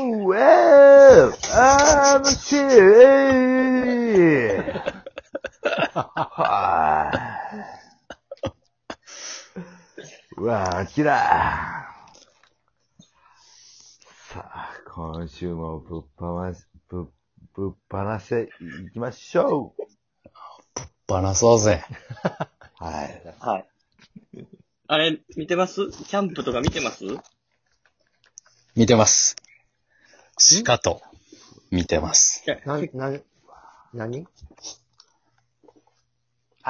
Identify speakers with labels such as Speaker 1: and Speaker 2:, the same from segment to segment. Speaker 1: 4L! あのシーはい。うわあ、キラー。さあ、今週もぶっぱまし、ぶ、ぶっ放していきましょう
Speaker 2: バラそうぜ。
Speaker 1: はい。
Speaker 3: はい。 あれ、見てますキャンプとか見てます
Speaker 2: 見てます。しかと、見てます。
Speaker 4: な、な、なに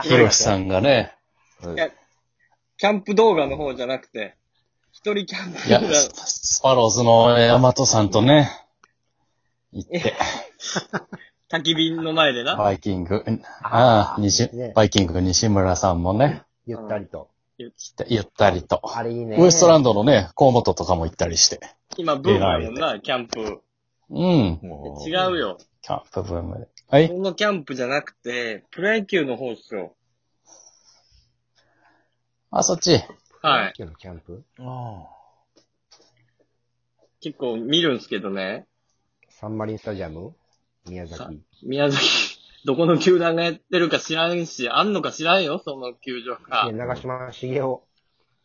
Speaker 2: ひろしさんがね、
Speaker 1: はい
Speaker 3: やキャンプ動画の方じゃなくて、一人キャンプ
Speaker 2: いや
Speaker 3: 動、
Speaker 2: ススパローズの大和さんとね、行って、
Speaker 3: 画、焚き火の前でな、
Speaker 2: バイキング、ああ、西
Speaker 4: ね
Speaker 2: バイキング西村さんもね、
Speaker 4: ゆったりと。
Speaker 2: 来てゆったりと。
Speaker 4: あれいいね。
Speaker 2: ウエストラン
Speaker 4: ド。
Speaker 2: ドのね、河本とかも行ったりして。
Speaker 3: 今ブームだもんな、キャンプ。
Speaker 2: うん。
Speaker 1: も
Speaker 3: 違うよ。
Speaker 2: キャンプブームで。はい。
Speaker 3: そんなキャンプじゃなくて、プロ野球の方っすよ。
Speaker 2: あ、そっち。
Speaker 3: はい。
Speaker 4: 今日のキャンプ
Speaker 1: あ
Speaker 3: 結構見るんすけどね、
Speaker 4: サンマリンスタジアム宮
Speaker 3: さ
Speaker 4: 崎。
Speaker 3: 宮崎、 どこの球団がやってるか知らんし、あんのか知らんよ、その球場が
Speaker 4: ね、。長島茂雄。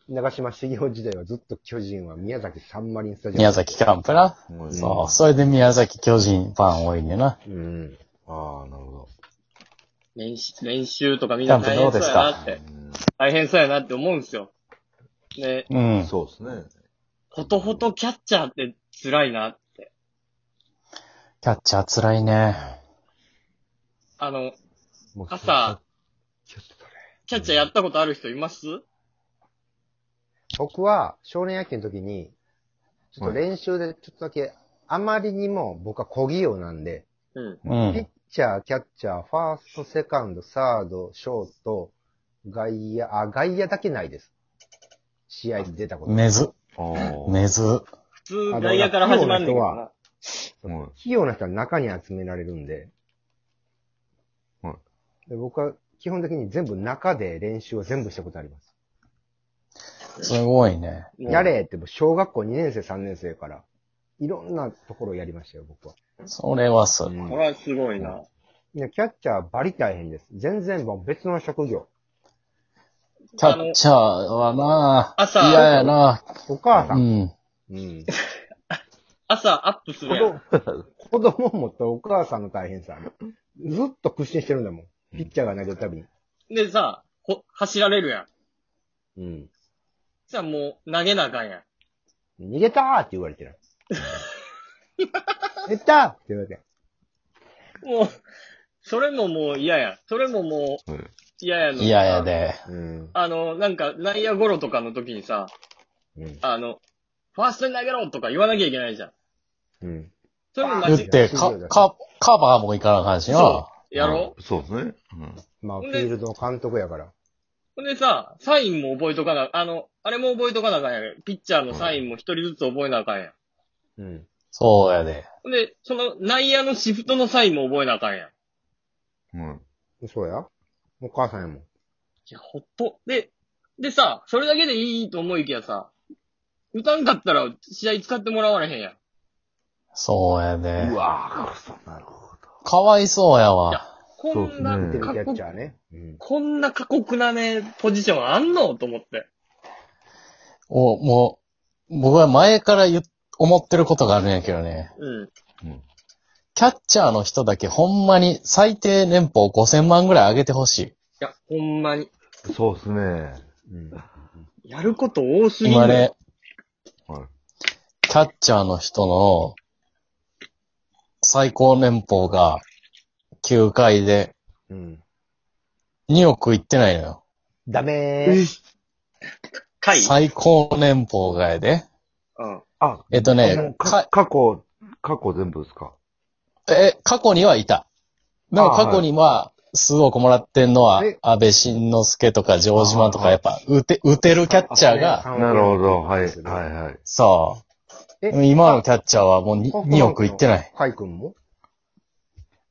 Speaker 4: 長島茂雄時代はずっと巨人は宮崎サンマリンスタジア
Speaker 2: 宮
Speaker 4: ム。
Speaker 2: 崎キャンプな。
Speaker 1: ーもう
Speaker 2: そう。それで宮崎巨人ファン多いねんな。
Speaker 4: うん。
Speaker 1: ああ、なるほ
Speaker 3: 練習練習とかみんな大変そうやなって、大変そうやなって思うんすよ。で、
Speaker 2: う
Speaker 1: ど。
Speaker 2: ん。
Speaker 1: そうですね。
Speaker 3: ほとほとキャッチャーって辛いなって。
Speaker 2: キャッチャー辛いね。
Speaker 3: あの、
Speaker 4: もう
Speaker 3: 朝、
Speaker 4: ちょっとそれ
Speaker 3: キャッチャーやったことある人います
Speaker 4: 僕は少年野球の時に、ちょっと練習でちょっとだけ、あまりにも僕は小器用なんで、
Speaker 3: うん。
Speaker 2: う
Speaker 4: ピッ
Speaker 2: ん。
Speaker 4: チャー、キャッチャー、ファースト、セカンド、サード、ショート、外野、あ、外野だけないです。試合に出たこと。
Speaker 2: めず、
Speaker 1: ああ。
Speaker 2: めず。
Speaker 3: 普通、外野から始まんねんけどな。
Speaker 1: うん
Speaker 4: 器用な人は中に集められるんで。
Speaker 1: うん
Speaker 4: で僕は基本的に全部中で練習を全部したことあります。
Speaker 2: すごいね。
Speaker 3: もう
Speaker 4: やれって、もう小学校2年生、3年生から、いろんなところをやりましたよ、僕は。
Speaker 2: それはすごい。
Speaker 3: これはすごいな。
Speaker 4: ねキャッチャーはバリ大変です。全然もう別の職業。
Speaker 2: キャッチャーはな
Speaker 3: 朝
Speaker 2: 嫌やな
Speaker 4: お母さ。
Speaker 2: うんん。
Speaker 4: うん。
Speaker 3: 朝アップするやん。
Speaker 4: 子供、子供を持ったお母さんの大変さ。ずっと屈伸してるんだもん。ピッチャーが投げるたびに。
Speaker 3: でさ、ほ、走られるやん。
Speaker 4: うん。
Speaker 3: じゃあもう、投げなあかんやん。
Speaker 4: 逃げたーって言われ てる。逃げたーって言われてる。
Speaker 3: もう、それももう嫌やん。それももう
Speaker 1: うん、
Speaker 3: 嫌やの。
Speaker 2: 嫌や。で。
Speaker 4: うん。
Speaker 3: あの、なんか、内野ゴロとかの時にさ、
Speaker 4: うん。
Speaker 3: あの、ファーストに投げろとか言わなきゃいけないじゃん。
Speaker 4: うん。
Speaker 3: それも
Speaker 2: 言
Speaker 3: マ
Speaker 2: っ
Speaker 3: ジ
Speaker 2: て、か、か、カバーもいかなあかんし
Speaker 3: そ
Speaker 2: な。
Speaker 3: う。やろ
Speaker 1: うんそうですね。うん
Speaker 4: まあ、フ
Speaker 3: ほん
Speaker 4: ィ
Speaker 3: で
Speaker 4: ールドの監督やから。
Speaker 3: ほんでさ、サインも覚えとかな、あの、あれも覚えとかなあかんやん。ピッチャーのサインも一人ずつ覚えなあかんやん。
Speaker 4: うん。
Speaker 2: そうやで。
Speaker 3: ほんで、その内野のシフトのサインも覚えなあかんやん。い
Speaker 1: うん。
Speaker 4: そうや。お母さんやもん。
Speaker 3: や、ほっと。で、でさ、それだけでいいと思いきやさ、打たんかったら試合使ってもらわれへんやん。
Speaker 2: そうやで
Speaker 1: う。わぁ、そうなるほど。
Speaker 2: かわいそうやわ。
Speaker 3: こんな
Speaker 1: そう
Speaker 4: 見
Speaker 1: で
Speaker 4: てる
Speaker 3: 過
Speaker 4: キャッ
Speaker 3: 酷、
Speaker 4: チャーね。うん。
Speaker 3: こんな過酷なね、ポジションあんのと思って。
Speaker 2: お、もう、僕は前から言っ、思ってることがあるんやけどね。
Speaker 3: うん。
Speaker 1: うん。
Speaker 2: キャッチャーの人だけほんまに最低年俸5000万ぐらい上げてほしい。
Speaker 3: いや、ほんまに。
Speaker 1: そうですね。
Speaker 4: うん。
Speaker 3: やること多すぎる。
Speaker 2: 今ね、
Speaker 1: はい。
Speaker 2: キャッチャーの人の最高年俸が9回で
Speaker 4: うん。
Speaker 2: 2億いってないのよ。
Speaker 4: ダメー。
Speaker 3: 回。
Speaker 2: 最高年俸がやで。
Speaker 3: うん。
Speaker 1: あ、
Speaker 2: えっと
Speaker 1: も
Speaker 2: ね
Speaker 1: う、
Speaker 2: か
Speaker 1: か、過去、過去全部ですか
Speaker 2: え、過去にはいた。でも
Speaker 1: あー
Speaker 2: 過去には、数億もらってんのは
Speaker 4: え、
Speaker 2: 安倍晋之助とか城島と
Speaker 1: あ
Speaker 2: か、
Speaker 1: ー
Speaker 2: やっぱ、打て、打てるキャッチャーが、
Speaker 4: が
Speaker 1: なるほど。はい、はい、はい。
Speaker 2: そ
Speaker 4: え
Speaker 2: う。今のキャッチャーはもう 2,
Speaker 4: あ
Speaker 2: 億いってない。
Speaker 4: カイ君も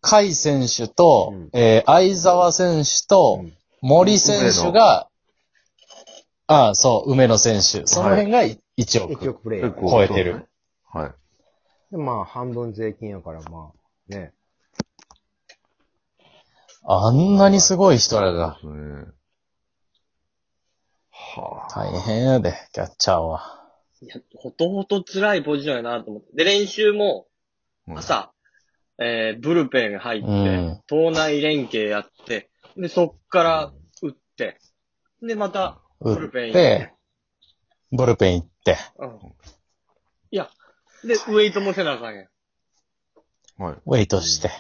Speaker 2: 甲斐選手と、
Speaker 4: うん
Speaker 2: えー相澤選手と、
Speaker 4: うん
Speaker 2: 森選手が、ああ、そう、梅野選手。その辺が1億。
Speaker 4: 一億プレイヤ
Speaker 1: 結
Speaker 4: ー。
Speaker 1: 構
Speaker 2: 超えてる。
Speaker 1: はい。
Speaker 4: で、まあ、半分税金やから、まあ、ね。
Speaker 2: あんなにすごい人らが。
Speaker 1: そうですね。はあ。
Speaker 2: 大変やで、キャッチャーは。
Speaker 3: いや、ほとほと辛いポジションやなと思って。で、練習も、
Speaker 1: うん。
Speaker 3: 朝、えー、ブルペン入って、
Speaker 2: うん
Speaker 3: 党内連携やって、で、そっから打って、で、また、ブ
Speaker 2: 打
Speaker 3: ル
Speaker 2: っ
Speaker 3: ペン行って
Speaker 2: て、ブルペン行って。
Speaker 3: うん。いや、で、ウェイトもせなあかんやん。
Speaker 1: はい。
Speaker 2: ウェイトして。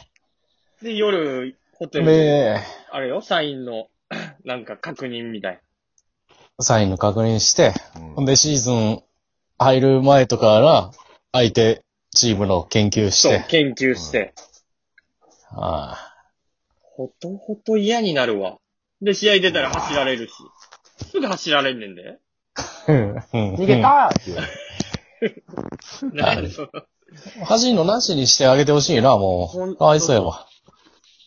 Speaker 3: で、夜、ホテルで、
Speaker 2: で、
Speaker 3: あれよ、サインの、 なんか確認みたい
Speaker 2: サインの確認して、
Speaker 1: うん
Speaker 2: ほんでシーズン入る前とかから、相手チームの研究
Speaker 3: な。
Speaker 2: し
Speaker 3: そう、
Speaker 2: て。
Speaker 3: 研究して。
Speaker 2: は
Speaker 3: ほとほと嫌になるわ。で、試合出たら走られるし。すぐ走られんねんで。
Speaker 2: い。うん
Speaker 4: 逃げたーって言われて
Speaker 3: なんでその
Speaker 2: うん恥じのなしにしてあげてほしいな、も
Speaker 3: ほん
Speaker 2: う。かわいそうやわ。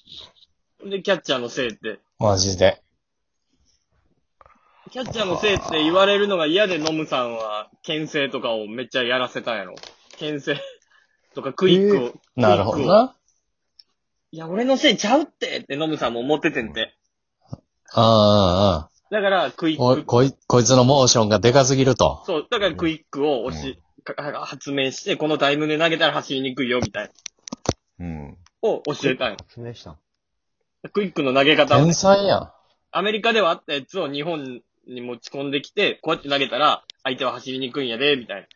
Speaker 3: で、キャッチャーのせいって。
Speaker 2: マジで。
Speaker 3: キャッチャーのせいって言われるのが嫌で、ノムさんは、牽制とかをめっちゃやらせたんやろ。牽制とかクイックを。
Speaker 2: なるほどな。
Speaker 3: いや、俺のせいちゃうってってノムさんも思っててんて。
Speaker 2: あ
Speaker 3: だから、クイ
Speaker 2: あ、う
Speaker 3: ッ
Speaker 2: ん。
Speaker 3: ク。
Speaker 2: こい、こいつのモーションがでかすぎると。
Speaker 3: そう、だからクイックを押し、か発明して、このタイムで投げたら走りにくいよ、みたいな。
Speaker 1: うん。
Speaker 3: を教えたんよ。
Speaker 4: 発明したん。
Speaker 3: クイックの投げ方をね
Speaker 2: 天才やん。
Speaker 3: アメリカではあったやつを日本に持ち込んできて、こうやって投げたら、相手は走りにくいんやで、みたい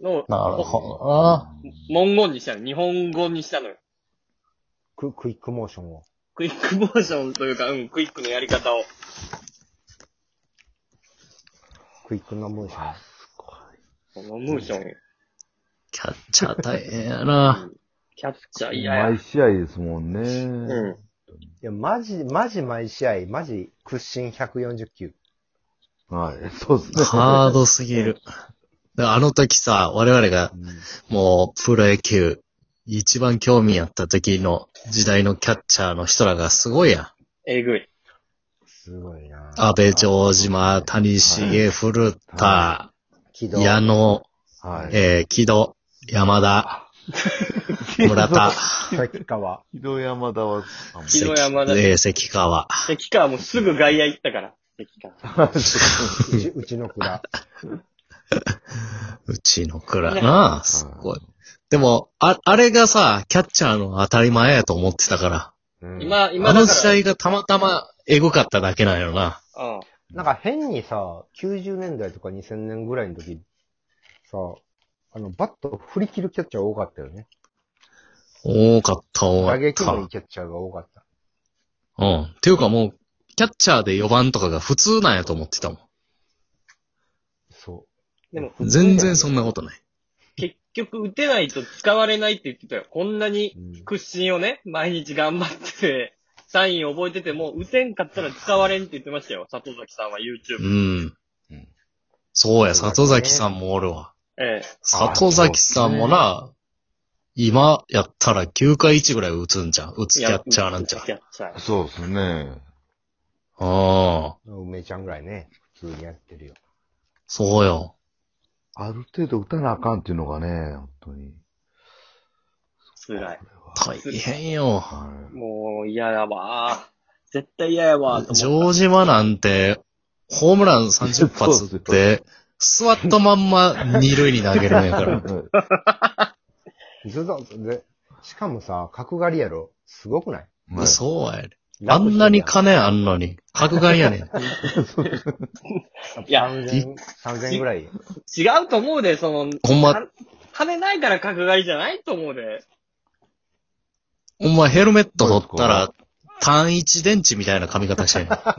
Speaker 3: な。のを、
Speaker 2: なる
Speaker 3: ほ
Speaker 2: ほどな。
Speaker 3: 文言にしたの。日本語にしたのよ。
Speaker 4: ククイックモーションを。
Speaker 3: クイックモーションというか、うん、クイックのやり方を。
Speaker 4: クイックのモーション。
Speaker 3: このムーション。
Speaker 2: キャッチャー大変やな。
Speaker 3: キャッチャー嫌や
Speaker 1: 毎。試合ですもんね。
Speaker 3: う。
Speaker 1: うん
Speaker 4: いや、マジ、マジ毎試合、マジ屈伸140球。
Speaker 1: ん。はい。そうですね。
Speaker 2: ハードすぎる。だからあの時さ、我々が
Speaker 1: うん
Speaker 2: もうプロ野球、一番興味あった時の時代のキャッチャーの人らがすごいやん。
Speaker 3: えぐい。
Speaker 4: すごいな
Speaker 2: 安倍、城島、谷重、古田、
Speaker 4: 軌道。
Speaker 2: 矢野、
Speaker 1: はい。
Speaker 2: えー木戸、山 田、村田、
Speaker 4: 滝川。
Speaker 1: ひど山田は、あもう
Speaker 3: 木戸山田
Speaker 2: えー関川。
Speaker 3: 関川もすぐ外野行ったから。関川。
Speaker 4: うち、うちの蔵。
Speaker 2: うちの蔵
Speaker 3: ね
Speaker 2: なあ、すごい。でも、あ、あれがさ、キャッチャーの当たり前やと思ってたから、
Speaker 1: うん
Speaker 3: 今、今
Speaker 2: あ
Speaker 3: だ
Speaker 2: の
Speaker 3: から。
Speaker 2: 試合がたまたまエゴかっただけなんやろな。
Speaker 3: うん。
Speaker 4: なんか変にさ、90年代とか2000年ぐらいの時、さ、あの、バットを振り切るキャッチャー多かったよね。
Speaker 2: 多かった、多か
Speaker 4: 打
Speaker 2: っ
Speaker 4: 撃
Speaker 2: た。
Speaker 4: のいいキャッチャーが多かった。
Speaker 2: うん。っていうかもう、キャッチャーで4番とかが普通なんやと思ってたも
Speaker 4: そ
Speaker 3: でも、
Speaker 2: ん。全然そんなことない。
Speaker 3: 結局打てないと使われないって言ってたよ。こんなに
Speaker 4: う。うん
Speaker 3: 屈伸をね、毎日頑張って、サイン覚えてても、打てんかったら使われんって言ってましたよ。里崎さんは YouTube。
Speaker 2: うん
Speaker 1: うん。
Speaker 2: そうや、里崎さんもおるわ。
Speaker 3: ええ。
Speaker 2: 里崎さんもな、今やったら9回1ぐらい打つんじゃん。打つキャッチャーなんじゃん。
Speaker 3: キャッチャー。
Speaker 1: そうですね。
Speaker 2: うん。
Speaker 4: 梅ちゃんぐらいね、普通にやってるよ。
Speaker 2: そうよ。
Speaker 1: ある程度打たなあかんっていうのがね、本当に。
Speaker 3: 辛い。
Speaker 2: 大変よ。
Speaker 1: はい。
Speaker 3: もう嫌やわ。絶対嫌やわ。と思っ
Speaker 2: 城島なんて、ホームラン30発って、座ったまんま二塁に投げるんや から。
Speaker 4: ずっと、で、しかもさ、角刈りやろ。すごくない
Speaker 1: はい
Speaker 2: そうやね。あんなに金あんのに、角刈りやねん。
Speaker 3: いや
Speaker 4: 3000、3000ぐらい。
Speaker 3: た違うと思うで、その、
Speaker 2: ほんま、
Speaker 3: は羽ないから角刈りじゃないと思うで。
Speaker 2: ほんまヘルメット取ったら、単一電池みたいな髪型してんねん。あ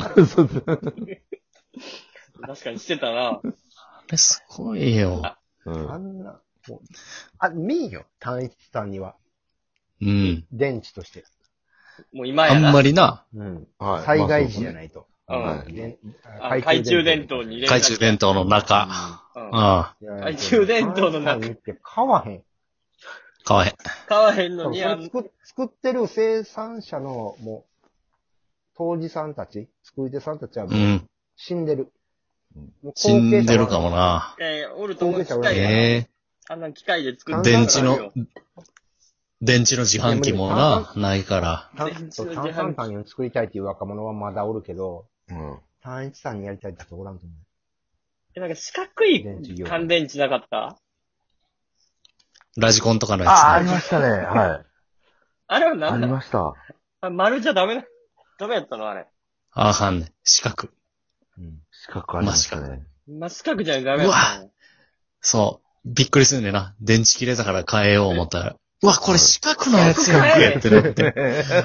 Speaker 3: 確かにしてたな。
Speaker 2: れすごいよ。
Speaker 1: うん
Speaker 4: あんな、もうあ、見んよ。単一さんには。
Speaker 2: うん。
Speaker 4: 電池として。
Speaker 3: もう今
Speaker 2: あ
Speaker 3: やな。
Speaker 2: んまりな、
Speaker 4: うん。
Speaker 1: はい
Speaker 4: 災害時じゃ
Speaker 1: い。
Speaker 4: ないと。
Speaker 3: う
Speaker 1: は
Speaker 3: ん
Speaker 1: い
Speaker 4: で
Speaker 3: あ懐中電灯に入れ
Speaker 2: 懐中電灯の中。
Speaker 3: うん
Speaker 2: ああ、
Speaker 4: いや
Speaker 3: 懐中電灯の中
Speaker 4: 単一さんって買わへん。
Speaker 2: かわいい。
Speaker 3: 買わへんの
Speaker 4: それ
Speaker 3: に、あの
Speaker 4: 作っ作ってる生産者の、もう、当時さんたち、作り手さんたちは
Speaker 2: う。
Speaker 4: もうん死んでる。
Speaker 1: うん
Speaker 4: もう後継
Speaker 2: 死
Speaker 4: 者は
Speaker 2: んでるかもな。
Speaker 3: ええおると思う。
Speaker 4: 後継者おらん
Speaker 3: 近い
Speaker 4: から
Speaker 3: よ
Speaker 2: ええ
Speaker 3: あんな機械で作
Speaker 4: うん
Speaker 2: 電池の、電池の自販機もな、ないから。
Speaker 4: 炭
Speaker 3: 全
Speaker 4: そ
Speaker 3: 然違
Speaker 4: う
Speaker 3: う
Speaker 4: 炭酸単を作りたいっていう若者はまだおるけど、
Speaker 1: うん。
Speaker 4: 単一単にやりたいって人おらんと思う。
Speaker 3: えなんか四角い
Speaker 4: 電池業
Speaker 3: 乾電池なかった
Speaker 2: ラジコンとかのやつ
Speaker 1: ああ、あ
Speaker 2: ね
Speaker 1: りましたね。はい。
Speaker 3: あれは
Speaker 1: あり
Speaker 3: 何だ
Speaker 1: ました。
Speaker 3: あ丸じゃダメな、ダメやったのあれ。
Speaker 2: ああかんね。四角。
Speaker 4: うん。
Speaker 1: 四角ありました
Speaker 2: ま
Speaker 1: ね。
Speaker 3: 真四角じゃダメやったの。
Speaker 2: そう。びっくりするんだよな。電池切れたから変えよう思ったら。うわ、これ四角のやつやんけってなって。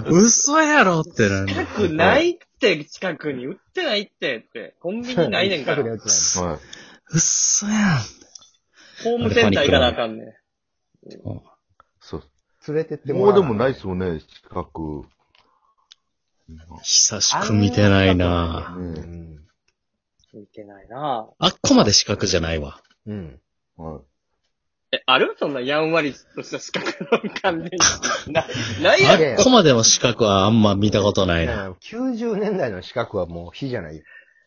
Speaker 2: 嘘やろってなる。
Speaker 3: 四角ないって、近くに。売ってないって、って。コンビニないねんか
Speaker 4: 近くで
Speaker 3: ら。
Speaker 4: やつなん
Speaker 1: は
Speaker 2: 嘘やん。
Speaker 3: ホームセンター行かなあかんねん。
Speaker 1: そう。
Speaker 4: で連れてっても
Speaker 1: も
Speaker 4: ら
Speaker 1: うでもない
Speaker 4: っ
Speaker 1: っすもんね、四角。
Speaker 2: 久しく見てないな
Speaker 1: うん
Speaker 4: うん。
Speaker 3: 見てないな
Speaker 2: あっこまで四角じゃないわ。
Speaker 4: うん。
Speaker 1: はい。
Speaker 3: え、あるそんなやんわりとした四角の乾電池。な、ない
Speaker 2: あ
Speaker 3: や
Speaker 4: いやい
Speaker 2: っ
Speaker 4: や
Speaker 2: こまでの四角はあんま見たことない
Speaker 4: だか
Speaker 2: な。
Speaker 4: ら90年代の四角はもう火じゃないよ。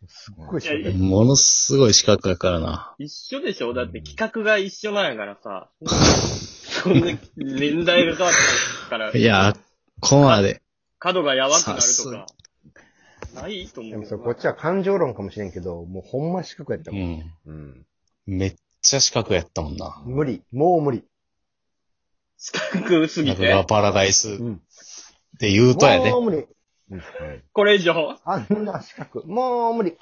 Speaker 4: すっごい四角
Speaker 3: いやい
Speaker 4: い。
Speaker 2: ものすごい四角やからな。
Speaker 3: 一緒でしょだって企画が一緒なんやからさ。そんな年代が変わったから、
Speaker 2: いや、あっこまで。
Speaker 3: 角がやばくなる
Speaker 2: さす
Speaker 3: とか。ないと思
Speaker 4: で
Speaker 3: う
Speaker 4: も
Speaker 3: な。
Speaker 4: そうこっちは感情論かもしれんけど、もうほんま四角やった
Speaker 2: う
Speaker 4: もん。
Speaker 2: ん。
Speaker 4: うん。
Speaker 2: めっちゃ四角やったもんな。
Speaker 4: 無理。もう無理。
Speaker 3: 四角すぎ
Speaker 2: 中川
Speaker 3: て。
Speaker 2: パラダイスっ
Speaker 4: うん。
Speaker 2: て言うとやで
Speaker 4: も。う無理。
Speaker 1: はい。
Speaker 3: これ以上。
Speaker 4: あんな四角。もう無理。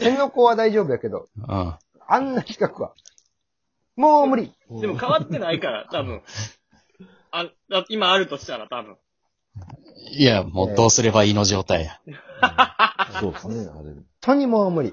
Speaker 4: 天の子は大丈夫やけど、
Speaker 2: うん。
Speaker 4: あんな四角は。もう無理。
Speaker 3: でも変わってないから、多分。あ、だ今あるとしたら多分。
Speaker 2: いや、もうどうすればいいの状態や。
Speaker 1: そうですね、あれ。
Speaker 4: とにもう無理。